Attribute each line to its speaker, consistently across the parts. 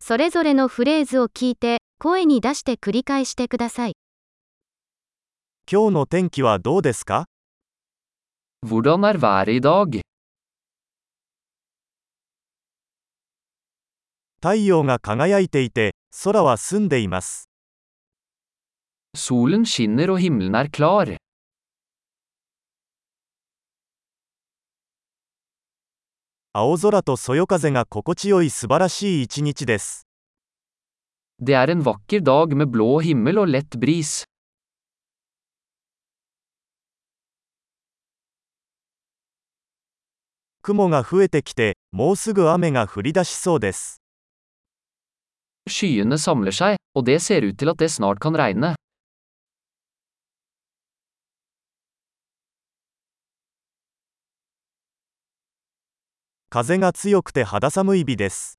Speaker 1: それぞれのフレーズを聞いて、声に出して繰り返してください。
Speaker 2: 今日の天気はどうですか
Speaker 3: Hvordan er været i dag?
Speaker 2: 太陽が輝いていて、空は澄んでいます。
Speaker 3: Solen skinner og himmelen er klar.
Speaker 2: 青空とそよ風が心地よい素晴らしい一日です。
Speaker 3: Det er en vakker dag med blå himmel og lett bris.
Speaker 2: 雲が増えてきて、もうすぐ雨が降り出しそうです。
Speaker 3: Skyene samler seg, og det ser ut til at det snart kan regne.
Speaker 2: 風が強くて肌寒い日です。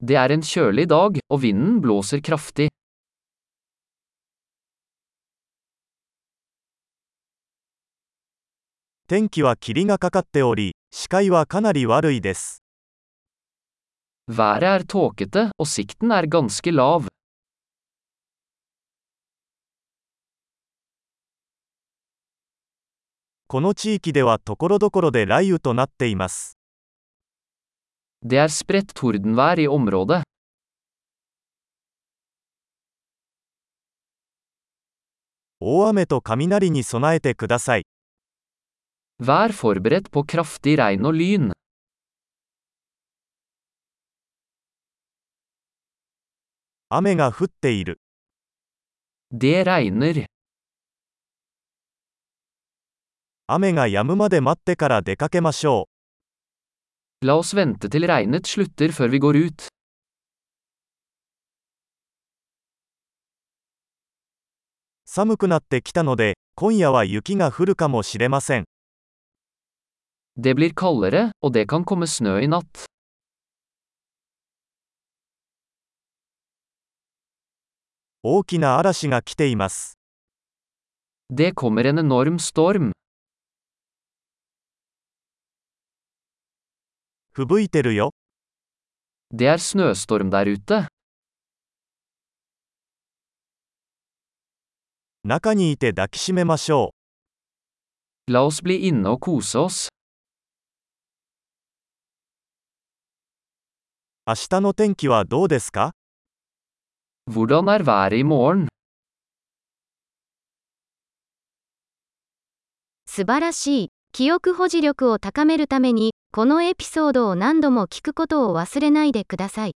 Speaker 3: Det er en kjølig dag, og vinden blåser kraftig.
Speaker 2: 天気は霧がかかっており、視界はかなり悪いです。
Speaker 3: Været er tåkete, og sikten er ganske lav.
Speaker 2: この地域ではところどころで雷雨となっています。
Speaker 3: Det er spredt tordenvær i området.
Speaker 2: 大雨と雷に備えてください。
Speaker 3: Vær forberedt på kraftig regn og lyn.
Speaker 2: 雨が降っている。
Speaker 3: Det regner.
Speaker 2: 雨が止むまで待ってから出かけましょう。
Speaker 3: La oss vente til regnet slutter før vi går ut.
Speaker 2: 寒くなってきたので、今夜は雪が降るかもしれません。
Speaker 3: Det blir kaldere, og det kan komme snø i natt.
Speaker 2: 大きな嵐が来ています。
Speaker 3: Det kommer en enorm storm.
Speaker 2: 吹雪いてるよ。
Speaker 3: Det er snøstorm der ute.
Speaker 2: 中にいて抱きしめましょ
Speaker 3: La oss bli inne og kose oss.
Speaker 2: う。明日の天気はどうですか
Speaker 3: Hvordan er været i morgen?
Speaker 1: 素晴らしい。記憶保持力を高めるために、このエピソードを何度も聞くことを忘れないでください。